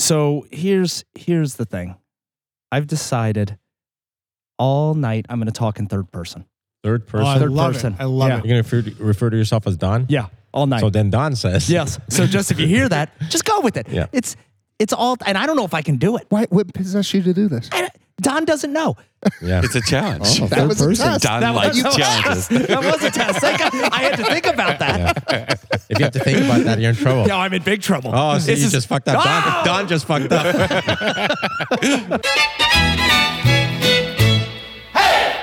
So here's here's the thing. I've decided all night I'm going to talk in third person. Third person. Oh, I Third love person. it. I love Yeah. it. You're gonna refer to, refer to yourself as Don. Yeah, all night. So then Don says, yes. So just if you hear that, just go with it. Yeah. It's it's all and I don't know if I can do it. Why, what possessed you to do this? And Don doesn't know. yeah." It's a challenge. That was a test. Don likes challenges. that was a test. Like, I, I had to think about that. if you have to think about that, you're in trouble. Now I'm in big trouble. Oh, so This you is- just fucked up. Ah! Don, Don just fucked up.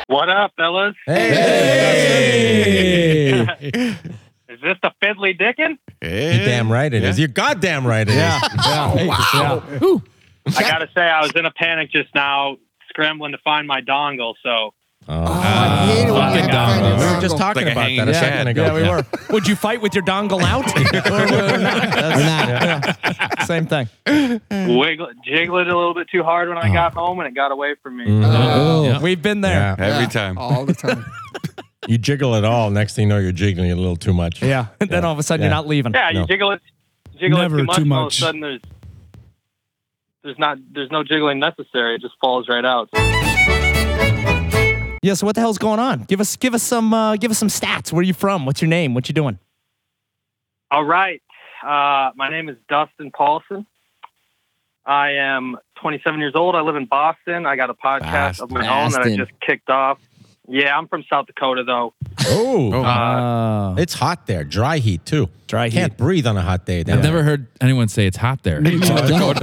What up, fellas? hey. Is this the Fiddly Dickin? You're damn right it is. You're goddamn right it is. I gotta say, I was in a panic just now, scrambling to find my dongle. So Oh, I hate it when you Uh, fucking have to Don, find bro. a We were just dongle. talking Like a about hanging that a cat. second ago. yeah, we were. Would you fight with your dongle out? Or- or not? Same thing. wiggle, jiggle it a little bit too hard when I got home, and it got away from me. Oh, We've been there. yeah, Every time. All the time. You jiggle it all. Next thing you know, you're jiggling it a little too much. Yeah. And then all of a sudden you're Yeah. not leaving. Yeah, you No. jiggle it, jiggle Never it too much, too and all of a sudden there's much. there's not there's no jiggling necessary. It just falls right out. Yeah. So what the hell's going on? Give us give us some uh, give us some stats. Where are you from? What's your name? What you doing? All right, uh, my name is Dustin Paulson. I am 27 years old. I live in Boston. I got a podcast of my own that I Boston. just kicked off. Yeah, I'm from South Dakota though. Oh, Uh, Oh, it's hot there. Dry heat too. dry heat. Can't breathe on a hot day. I've never heard anyone say it's hot there. Dude, you It's haven't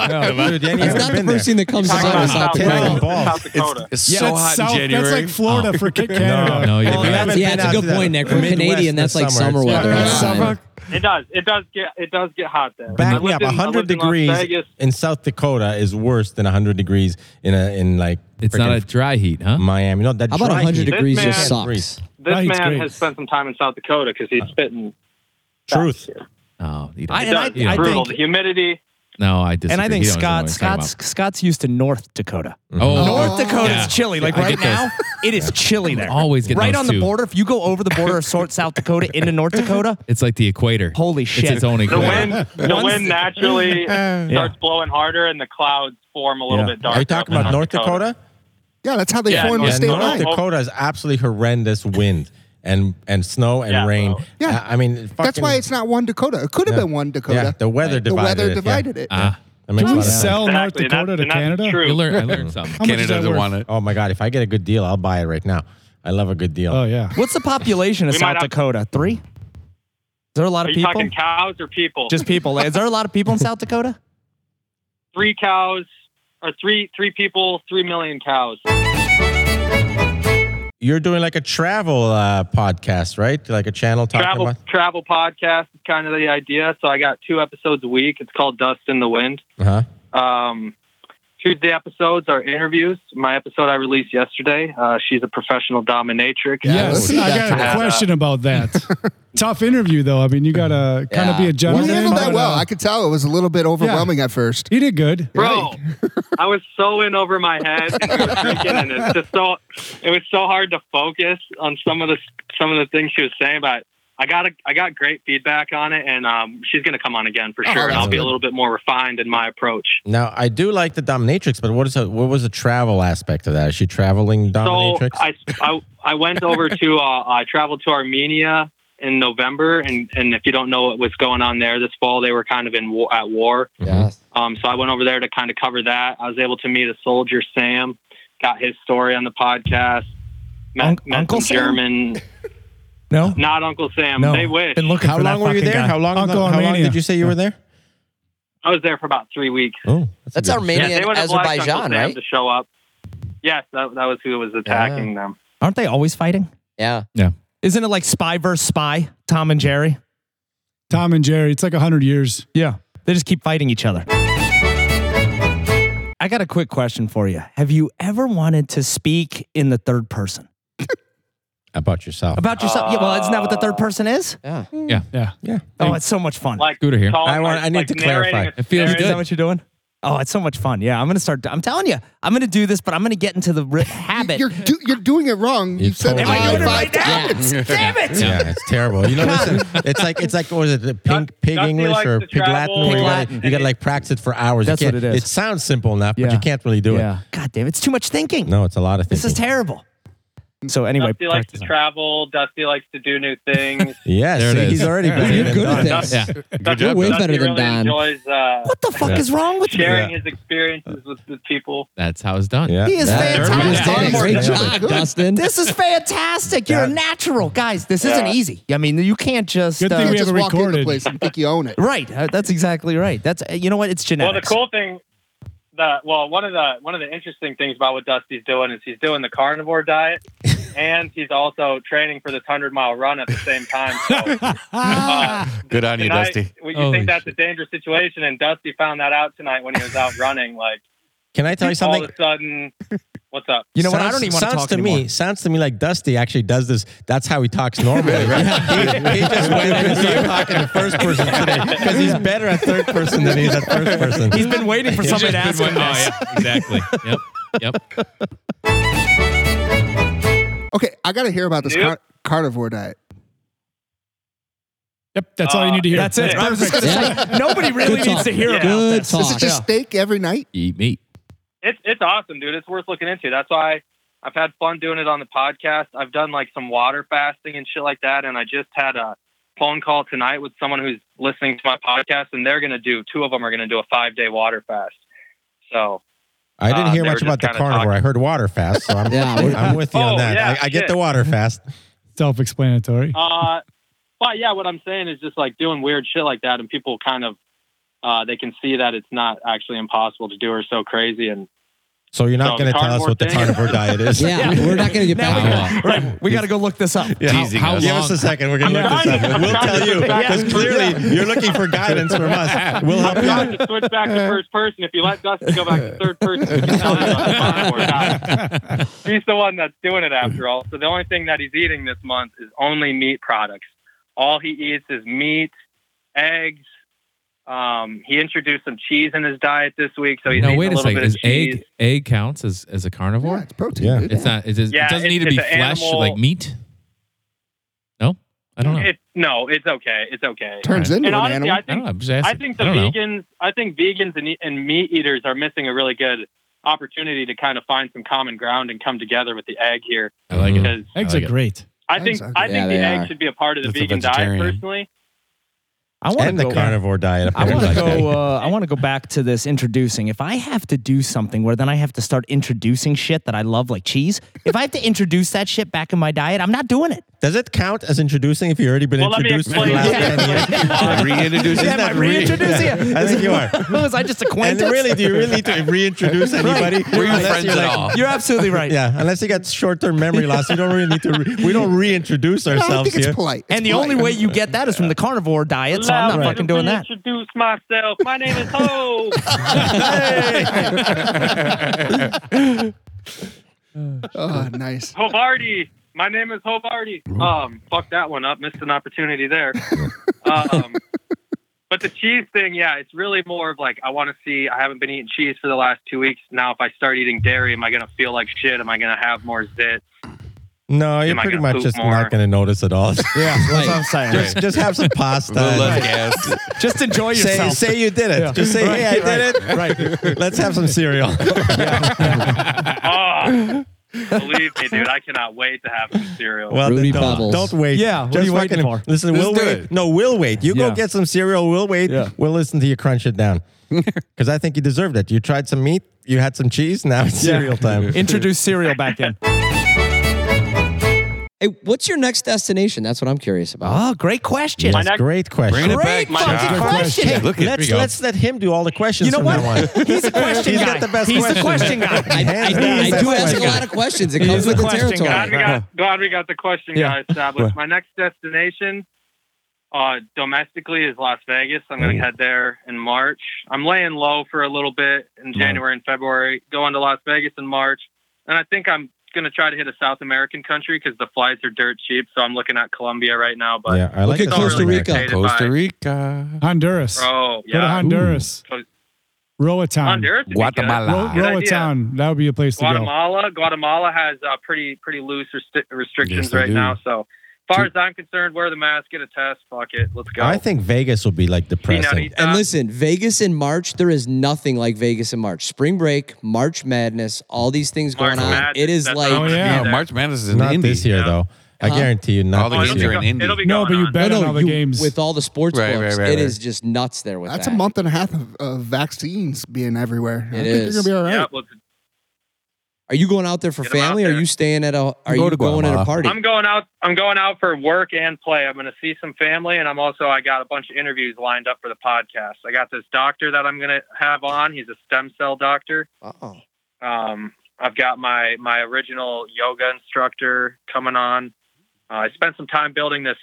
not the been first there. thing that comes to talking about mind is South South Dakota. Dakota. Balls. South Dakota. It's Yeah, so it's hot south- in January. That's like Florida for Kid Canada. no, you Well, don't. you haven't Yeah, been it's a out good to that point, Nick. We're Midwest Canadian. That's this like summer. summer It's weather. hot. That's Yeah. fine. It does. It does get. It does get hot there. I Back me lived up. in- I 100 lived in Las degrees Vegas. in South Dakota is worse than 100 degrees in a in like It's not a frickin' dry heat, huh? Miami. No, that How about dry 100 heat. degrees This just man- sucks? This Right, man great. has spent some time in South Dakota because he's spitting. Truth. No, Oh, you don't. I- It and I, does. It's I brutal. think, the humidity. no, I disagree. and I think He don't know Scott what he's talking Scott's Scott's used to North Dakota. Mm. about. oh, North Dakota Yeah. is chilly. Like I right get those. now, it is chilly there. Always get right those on the two. border. If you go over the border of sort South Dakota into North Dakota, It's like the equator. Holy shit. It's its own The equator. wind. The wind naturally starts blowing harder, and the clouds form a little Yeah. bit darker. Are you talking up in about North Dakota? Yeah, that's how they Yeah, form yeah, the Yeah, state no, North line. no. Dakota is absolutely horrendous wind and and snow and Yeah, rain. bro. Yeah. I I mean, fucking, That's why it's not one Dakota. It could have Yeah. been one Dakota. yeah, the weather The divided weather it. divided it. Ah, That makes a Do lot we of sense. sell North Exactly, and that's- Dakota to and that's Canada? true. you learn, I learned something. How much is Canada that doesn't worth? want it. Oh my god, if I get a good deal, I'll buy it right now. I love a good deal. Oh yeah. what's the population of We might South have- Dakota? Three? Is there a lot Are of you people? talking cows or people? Just people. Is there a lot of people in South Dakota? three cows or three three people, three million cows. You're doing like a travel uh, podcast, right? Like a channel talking Travel about. travel podcast is kind of the idea. So I got two episodes a week. It's called Dust in the Wind. Uh-huh. Um, Tuesday episodes are interviews. My episode I released yesterday. Uh, she's a professional dominatrix. Uh, Yes, Oh, I that's got right. a question about that. Tough interview though. I mean, you got to kind of Yeah. be a You gentleman. handled that but, well. uh, I could tell it was a little bit overwhelming at first. you did good. Bro, I was so in over my head, and, we were drinking, and it's just so it was so hard to focus on some of the some of the things she was saying. But I got a, I got great feedback on it, and um, she's gonna come on again for sure. And Oh, that's I'll be a good. little bit more refined in my approach. Now I do like the dominatrix, but what is a, what was the travel aspect of that? Is she traveling So dominatrix? I, I I went over to uh, I traveled to Armenia in November, and and if you don't know what was going on there this fall, they were kind of in war, at war. Yes. Um, so I went over there to kind of cover that. I was able to meet a soldier, Sam, got his story on the podcast. Met, Unc- met Uncle some Sam? German, No. not Uncle Sam. No. They wish. Been looking How for that long were you fucking there? guy. How long? Uncle how long Armenia. did you say you were there? I was there for about three weeks. Oh, That's a good- Armenia they and would have liked Uncle Azerbaijan, Sam right? to show up. Yes, that, that was who was attacking them. Aren't they always fighting? Yeah. Isn't it like spy versus spy? Tom and Jerry? Tom and Jerry. It's like hundred years. Yeah. They just keep fighting each other. I got a quick question for you. Have you ever wanted to speak in the third person? about yourself. About yourself? yeah, well, isn't that what the third person is? Yeah. Yeah. yeah. Oh, it's so much fun. Like Scooter here. calling- I want- like- I need like to narrating clarify. a It feels Is scenario. that what you're doing? Oh, it's so much fun. Yeah, I'm gonna start. I'm telling you, I'm gonna do this, but I'm gonna get into the ri habit. You're do, you're doing it wrong. You You said totally hi did. Am I five times. Damn it! Yeah, it's terrible. You know, listen, it's like it's like what was it the pink pig Dusty English likes or to pig Latin? where travel. you Pig gotta- Latin. You got to like practice it for hours. You That's can't- what it is. It sounds simple enough, but Yeah. you can't really do yeah. it. God damn, it's too much thinking. No, it's a lot of things. this is terrible. So anyway, Dusty likes to practice. travel. Dusty likes to do new things. Yeah, There it see, is. he's already There it better is. than You're good at Don. this. Yeah. Good Dusty job. way Dusty. better than really Don. enjoys uh, what the fuck Yeah. is wrong with me? sharing Yeah. his experiences with, with people. That's how it's done. Yeah. He is Yeah. fantastic. There it is. Yeah. There it Great is. Yeah. job, Dustin. This is fantastic. You're a natural, guys. This isn't Yeah. easy. I mean, you can't just. Good uh, thing You we just have it walk into the recorded. place and think you own it. Right. Uh, that's exactly right. That's uh, you know what? It's Well, the genetics. cool thing, the well, one of the one of the interesting things about what Dusty's doing is he's doing the carnivore diet, and he's also training for this hundred mile run at the same time. So, uh, Good on you, tonight, Dusty. we- You Holy think that's a dangerous situation, and Dusty found that out tonight when he was out running. Like Can I tell you all something? of a sudden, what's up? you know what? I Sounds- don't even want to sounds talk to anymore. me. Sounds to me like Dusty actually does this. That's how he talks normally. right? he, he just went in and started talking to first person today because he's better at third person than he's at first person. He's been waiting for It's somebody to just ask been him one- oh, this. yeah, exactly. Yep. Yep. Okay, I got to hear about this Yep. car- carnivore diet. Yep, that's all you need to hear. That's it. I was just gonna Yeah. say nobody really Good needs to talk. hear Yeah. about Good this. Oh, talk. Is it just steak every night? Eat meat. It's it's awesome, dude. It's worth looking into. That's why I've had fun doing it on the podcast. I've done like some water fasting and shit like that, and I just had a phone call tonight with someone who's listening to my podcast, and they're gonna do two of them are gonna do a five day water fast. So I didn't Uh, hear they much were just about the kinda carnivore. talking. I heard water fast, so I'm, Yeah, we're- I'm with you on Oh, that. yeah, I, I get shit. the water fast. self-explanatory. uh, but yeah, what I'm saying is just like doing weird shit like that, and people kind of uh, they can see that it's not actually impossible to do or so crazy. And So you're not So going to the tell us carnivore what the thing- carnivore diet is. Yeah, we're not going to get Now we back. gotta- to got, right, we got to go look this up. Teasing how us. Give us a second. We're going to look I'm this trying up. to- We'll tell I'm trying to you get back because clearly you're looking for guidance from us. We'll help I'm you out. trying to switch back to first person. If you let Dusty go back to third person, you can tell him about the carnivore diet. he's the one that's doing it after all. So the only thing that he's eating this month is only meat products. All he eats is meat, eggs. Um, he introduced some cheese in his diet this week, so he's Now eating wait a a little second. bit of Is cheese. egg egg counts as as a carnivore? Yeah, it's protein. Yeah. dude. It's not. It, does, Yeah, it doesn't it's- need to be it's an flesh animal- like meat. No, I don't know. It, no, it's okay. It's okay. Turns into an And honestly, I don't animal. I think know. I'm just I asking. think the I don't know. vegans, I think vegans and, e, and meat eaters are missing a really good opportunity to kind of find some common ground and come together with the egg here. I like it. Because Eggs I like are it. great. I think Exactly. I think Yeah, the they egg are. should be a part of the That's a vegan diet vegetarian. personally. I want to And the go. uh, carnivore diet. I want apparently. to go. Uh, I want to go back to this introducing. If I have to do something where then I have to start introducing shit that I love, like cheese. If I have to introduce that shit back in my diet, I'm not doing it. Does it count as introducing if you've already been Well, let me introduced for the explain. last Yeah. 10 years? Isn't Reintroducing Am I that re- reintroducing you? I think you are. Was I just And acquainted? really, do you really need to reintroduce anybody? Were you Unless friends you're at like- all? You're absolutely right. Yeah, unless you got short-term memory loss, you don't really need to. Re- we don't reintroduce No, I ourselves think it's here. polite. It's And the polite. only way you get that is from the carnivore diet, so I'm not Allow me fucking to doing that. Introduce myself. My name is Ho. Oh, nice. Hobarty. My name is Hobarty. Um, fuck that one up. Missed an opportunity there. Um, but the cheese thing, yeah, it's really more of like I want to see. I haven't been eating cheese for the last two weeks. Now, if I start eating dairy, am I gonna feel like shit? Am I gonna have more zit? No, you're Am I pretty gonna much poop just more? not going to notice at all. Yeah, that's what I'm saying. just, just have some pasta. A little less and- gas. Just enjoy Say, yourself. say you did it. Just say, hey, I did it. Right. Let's have some cereal. Oh, believe me, dude, I cannot wait to have some cereal. Well, Rudy then don't, Bubbles. Don't wait. Yeah, what are you waiting fucking- for? Listen, Just we'll do wait. it. No, we'll wait. You Yeah. go get some cereal. We'll wait. Yeah. We'll listen to you crunch it down. Because I think you deserved it. You tried some meat. You had some cheese. Now it's Yeah. cereal time. Introduce cereal back in. Hey, what's your next destination? That's what I'm curious about. Oh, great question. Yes, next- great Bring question. it back, Great fucking John. question. Hey, look at Let's here we go. let's let him do all the questions. You know from what? now on. He's a question He's guy. got the best He's the question question. guy. I, Hands down, I, I best do ask a question. lot of questions. It He comes is a with the question territory. guy. glad we got glad we got the question Yeah. guy established. My next destination, uh, domestically, is Las Vegas. I'm going to head there in March. I'm laying low for a little bit in January and February. Going to Las Vegas in March, and I think I'm going to try to hit a South American country because the flights are dirt cheap. So I'm looking at Colombia right now, but Yeah, I like at the don't Costa Costa really Rica. get paid if I- Costa Rica. Honduras. Oh Go to yeah, Honduras. Roa Town. Honduras. would be good. Guatemala. Ro- Good Roa idea. Town. That would be a place to go. Guatemala. Guatemala has uh, pretty pretty loose resti- restrictions Yes, they right do. now. So, as far Two- as I'm concerned, wear the mask, get a test. Fuck it, let's go. I think Vegas will be like depressing. Senorita. And listen, Vegas in March, there is nothing like Vegas in March. Spring break, March madness, all these things March going on. Madness, it is that's like Oh, yeah. Yeah, March Madness is in Not Indy. this year Yeah. though. I Huh? guarantee you, All not the Oh, this it'll, be games are year. in go- Indy. it'll be No, going but you on. bet no, on no, all the you- games. with all the sports Right, clubs. right, right, It is right. just nuts there with That's that. a month and a half of, of vaccines being everywhere. I It think is. you're gonna be all right. Yeah, well, Are you going out there for Get 'em out family? Or are there. you staying at a? Are Go you to going at a Guatemala. party? I'm going out. I'm going out for work and play. I'm going to see some family, and I'm also I got a bunch of interviews lined up for the podcast. I got this doctor that I'm going to have on. He's a stem cell doctor. oh, Um, I've got my my original yoga instructor coming on. Uh, I spent some time building this.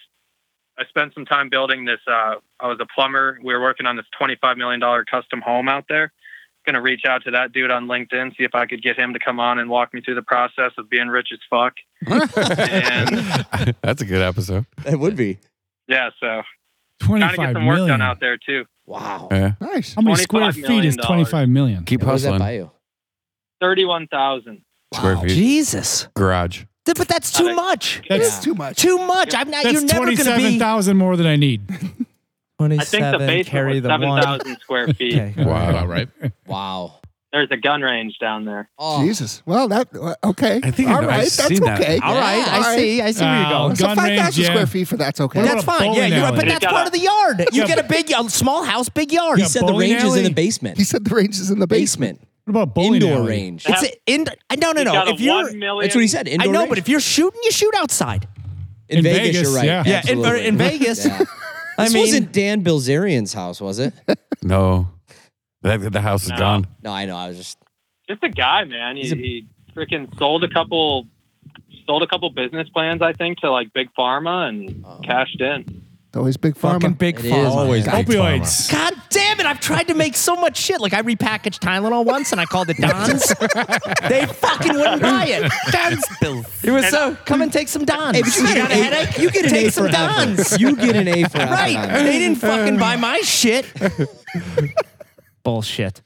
I spent some time building this. Uh, I was a plumber. We were working on this twenty-five million dollar custom home out there. Gonna reach out to that dude on LinkedIn, see if I could get him to come on and walk me through the process of being rich as fuck. And- That's a good episode. that would be Yeah, so trying to get 25 some work million. done out there too. wow. Yeah. Nice. Oh, How many 25 square feet is million dollars. 25 million? Keep What does that hustling. buy you? Thirty-one thousand. Square feet. Oh, Jesus. Garage. Th- But that's too much. That's, It's too much. Too much. I'm not. that's you're never going to be. 27,000 more than I need. I think the basement was seven thousand square feet. Okay. Wow. All right. Wow. There's a gun range down there. Oh, Jesus. Well, that uh, okay. I think I all know- right. I've That's seen that. okay. All right. All I right. see. I see where you're Oh, going. So Gun five thousand range, yeah. square feet for that's okay. What That's about a fine. Yeah, bowling you're right. But alley? that's part of the yard. You Yeah, get a big, a small house, big yard. he Yeah, said the bowling range is in the alley? basement. he said the range is in the basement. basement. What about bowling Indoor alley? range. It's a- in. No, no, He's no. got a If you're, one million- That's what he said. Indoor I know, range. but if you're shooting, you shoot outside. in, In Vegas, Vegas, you're right. yeah. Yeah, in- Absolutely. in Vegas. Yeah. I this mean, wasn't Dan Bilzerian's house, was it? No. That, the house is No. gone. No, I know. I was just Just a guy, man. He, He's a- he freaking sold a couple, sold a couple business plans, I think, to like big pharma and Oh. cashed in. It's always big fucking pharma. big It is, farm. Always man. big pharma. Opioids. God damn it! I've tried to make so much shit. Like I repackaged Tylenol once, and I called it Don's. they fucking wouldn't buy it. Don's bill. It was uh, so. Come and take some Don's. Hey, but you you get got a an A- headache? you get an take A some for effort. Don's. You get an A for effort on right? that. They didn't fucking buy my shit. Bullshit.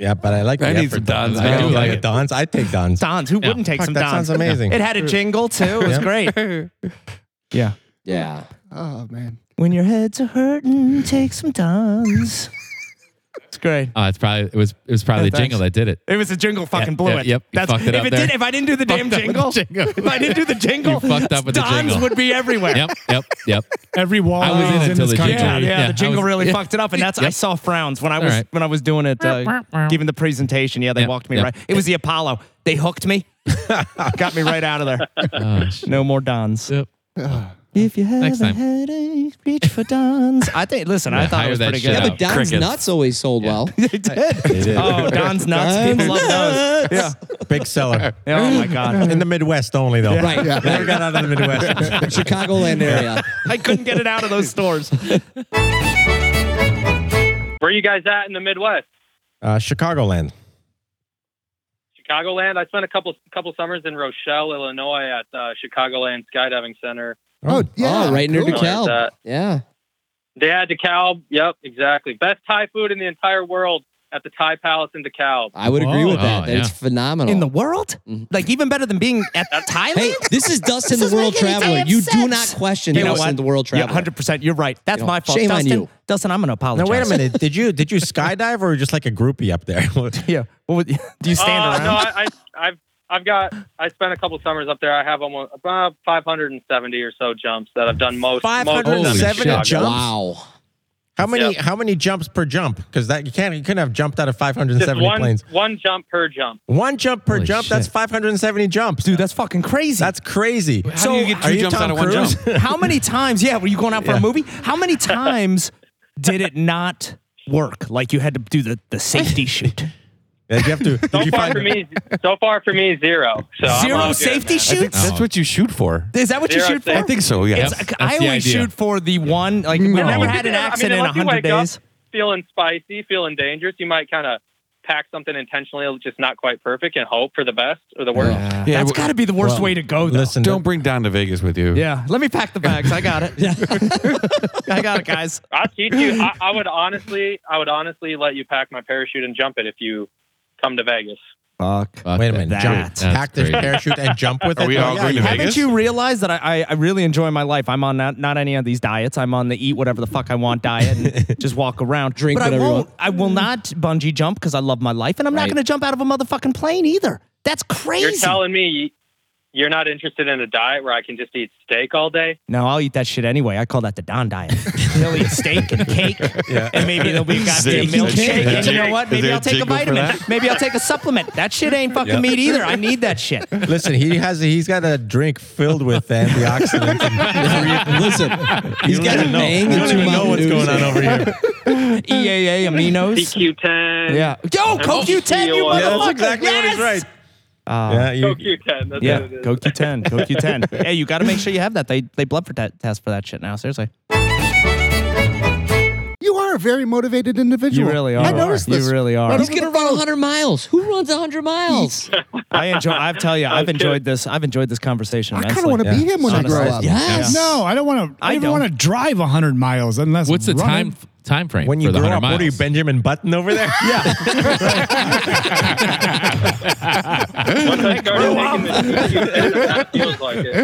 Yeah, but I like. I the need effort. some Dons. I I do do like like it. Dons. I take Dons. Don's. Who Yeah. wouldn't take Fuck, some that Don's? sounds amazing. It had a jingle too. It was Yeah. great. Yeah. Yeah. Oh man. When your heads are hurting, take some Don's. it's great. Uh, it's probably it was it was probably the thanks. jingle that did it. It was a jingle fucking Yeah, blew yeah, it. yep, you fucked it if up it there. did if I didn't do the damn Fucked up with jingle, the jingle. If I didn't do the jingle, You fucked up with the Don's jingle. would be everywhere. Yep, yep, yep. Every wall I was in is in until this the country. jingle. Yeah, yeah, Yeah, the I jingle was- really yeah. fucked it up, and that's I Yep. saw frowns when I All was right. when I was doing it, uh, giving the presentation. Yeah, they Yep, walked me yep. right. It was the Apollo. They hooked me, got me right out of there. Oh, shit. No more Dons. Yep. If you have Next a time. headache, reach for Dons. I think. Listen, I Yeah, thought it hire was that pretty shit good. out. Yeah, but Don's crickets. nuts always sold well. They did. It is. Oh, Don's nuts. Don's People love those. Big seller. Yeah. Oh my god. In the Midwest only, though. Right. Yeah. Never got out of the Midwest. Chicagoland area. I couldn't get it out of those stores. Where you guys at in the Midwest? Uh, Chicagoland. Chicagoland. I spent a couple couple summers in Rochelle, Illinois, at uh, Chicagoland Skydiving Center. Oh yeah. oh, right near cool. Like DeKalb. that. Yeah. Yeah, DeKalb. Yep, exactly. Best Thai food in the entire world at the Thai Palace in DeKalb. I would agree Whoa. with that. Oh, that It's yeah. phenomenal. in the world? Mhm. Like even better than being at Thailand? hey, this is Dustin Mm-hmm. This the is World making any Traveler. damn You do sense. not question You know Dustin what? the World Yeah, Traveler. hundred percent. You're right. That's You know, my fault. shame on Dustin, you. Dustin. I'm gonna apologize. Now wait a minute. Did you did you skydive or just like a groupie up there? Yeah. What would, do you stand Uh, around? No, I, I, I've I've got I spent a couple summers up there. I have almost about 570 or so jumps that I've done most. most of them in 570 Chicago. jumps? Wow. How many Yep. how many jumps per jump? Because that you can't you couldn't have jumped out of five hundred and Just seventy one planes. one jump per jump. One jump per Holy jump. That's shit. five hundred and seventy jumps. Dude, that's fucking crazy. that's crazy. How do you get are two you jumps Tom out of one Cruise? jump? how many times? Yeah, were you going out for a movie? How many times did it not work? Like you had to do the, the safety shoot. Did you have to. Did So you far find for me, so far for me, zero. So I'm Zero all good, safety man. I think shoots? that's what you shoot for. Is that what Zero you shoot for? safety. I think so, yeah. It's- I That's the always idea. shoot for the one. Like we've I never mean, had an I mean, accident in unless you hundred wake up days. Feeling spicy, feeling dangerous, you might kind of pack something intentionally just not quite perfect and hope for the best or the worst. Yeah. Yeah, That's w- got to be the worst well, way to go, though. Listen, Don't bring Don to Vegas with you. Yeah, let me pack the bags. I got it. Yeah, I got it, guys. I'll teach you. I, I would honestly, I would honestly let you pack my parachute and jump it if you come to Vegas. Fuck. Fuck Wait a minute. That- Jump. that's Pack the crazy. parachute and jump with Are it. we Oh, all yeah, going to you Vegas? Haven't you realized that I, I, I really enjoy my life? I'm on not, not any of these diets. I'm on the eat whatever the fuck I want diet and just walk around. Drink but I whatever you won't. want. I Mm. will not bungee jump because I love my life, and I'm not Right. going to jump out of a motherfucking plane either. That's You're crazy. telling me you're not interested in a diet where I can just eat steak all day? no, I'll eat that shit anyway. I call that the Don diet. He'll eat steak and cake, and maybe there'll be a goddamn Steak and milkshake. cake. And you know what? Is Maybe there I'll a take a jingle for vitamin. that? Maybe I'll take a supplement. That shit ain't fucking meat either. I need that shit. Listen, he has he's got a drink filled with antioxidants. Listen, he's You don't got a even know. bang You and don't two even know Mountain what's Dews. going on over here. EAA E aminos. CQ10. Yeah. Yo, CoQ10, you Yeah, motherfucker. that's yes! yeah, you, CoQ10. That's Yeah, what it is. CoQ10, CoQ10. hey, you got to make sure you have that. They they blood for that test for that shit now. Seriously, You are a very motivated individual. you really are. I noticed this. You really are. He's gonna run 100 miles. Who runs 100 miles? I enjoy. I tell you, I've Okay. enjoyed this. I've enjoyed this conversation. I kind of immensely. want to be him when Honestly. I grow up. Yes. No, I don't want to. I I, don't don't. want to drive 100 miles unless. What's the running- time time frame when you for the grow 100 up, miles? what are you, Benjamin Button over there? yeah. Once I started taking this CQ10, that feels like it.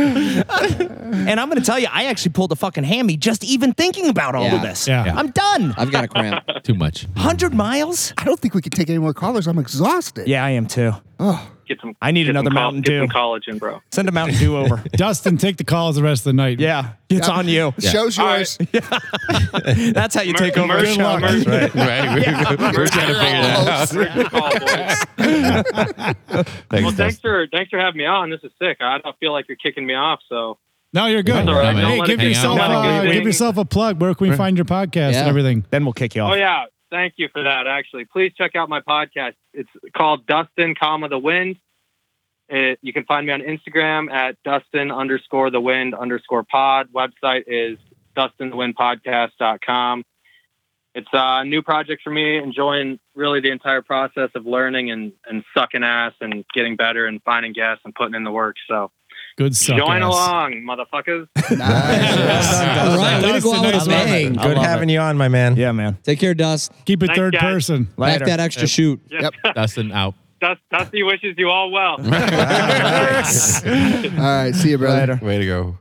And I'm going to tell you, I actually pulled a fucking hammy just even thinking about all Yeah. of this. Yeah. I'm done. I've got a cramp. Too much. Hundred miles. I don't think we can take any more callers. I'm exhausted. Yeah, I am too. Get some. I need get some another col- Mountain Dew. Get some collagen, bro. Send a Mountain Dew over. Dustin, take the calls the rest of the night. Yeah, it's on you. The Show's All yours. That's how you take over. Merch- a show. merch- merch- Right. right. We're trying to figure that out. merch your call, boys. Thanks, Well, thanks Dustin. for thanks for having me on. This is sick. I don't feel like you're kicking me off. So No, you're good. That's all right. Don't Hey, let give it hang yourself, out. uh, Don't let it give hang. yourself a plug. Where can we find your podcast Yeah. and everything? Then we'll kick you off. Oh yeah, thank you for that. Actually, please check out my podcast. It's called Dustin, comma the Wind. It, you can find me on Instagram at Dustin underscore the Wind underscore Pod. Website is DustinTheWindPodcast.com. It's a new project for me. Enjoying really the entire process of learning and and sucking ass and getting better and finding guests and putting in the work. So Good stuff. join guys. along, motherfuckers. All right, way to go out Dustin, I with a love bang. it. I Good love having you on, my man. Yeah, man. Take care, Dust. Keep it Thanks, third guys. person. Later. Back that extra shoot. Dustin out. Dust, Dusty wishes you all well. All right. See you, brother. Later. Way to go.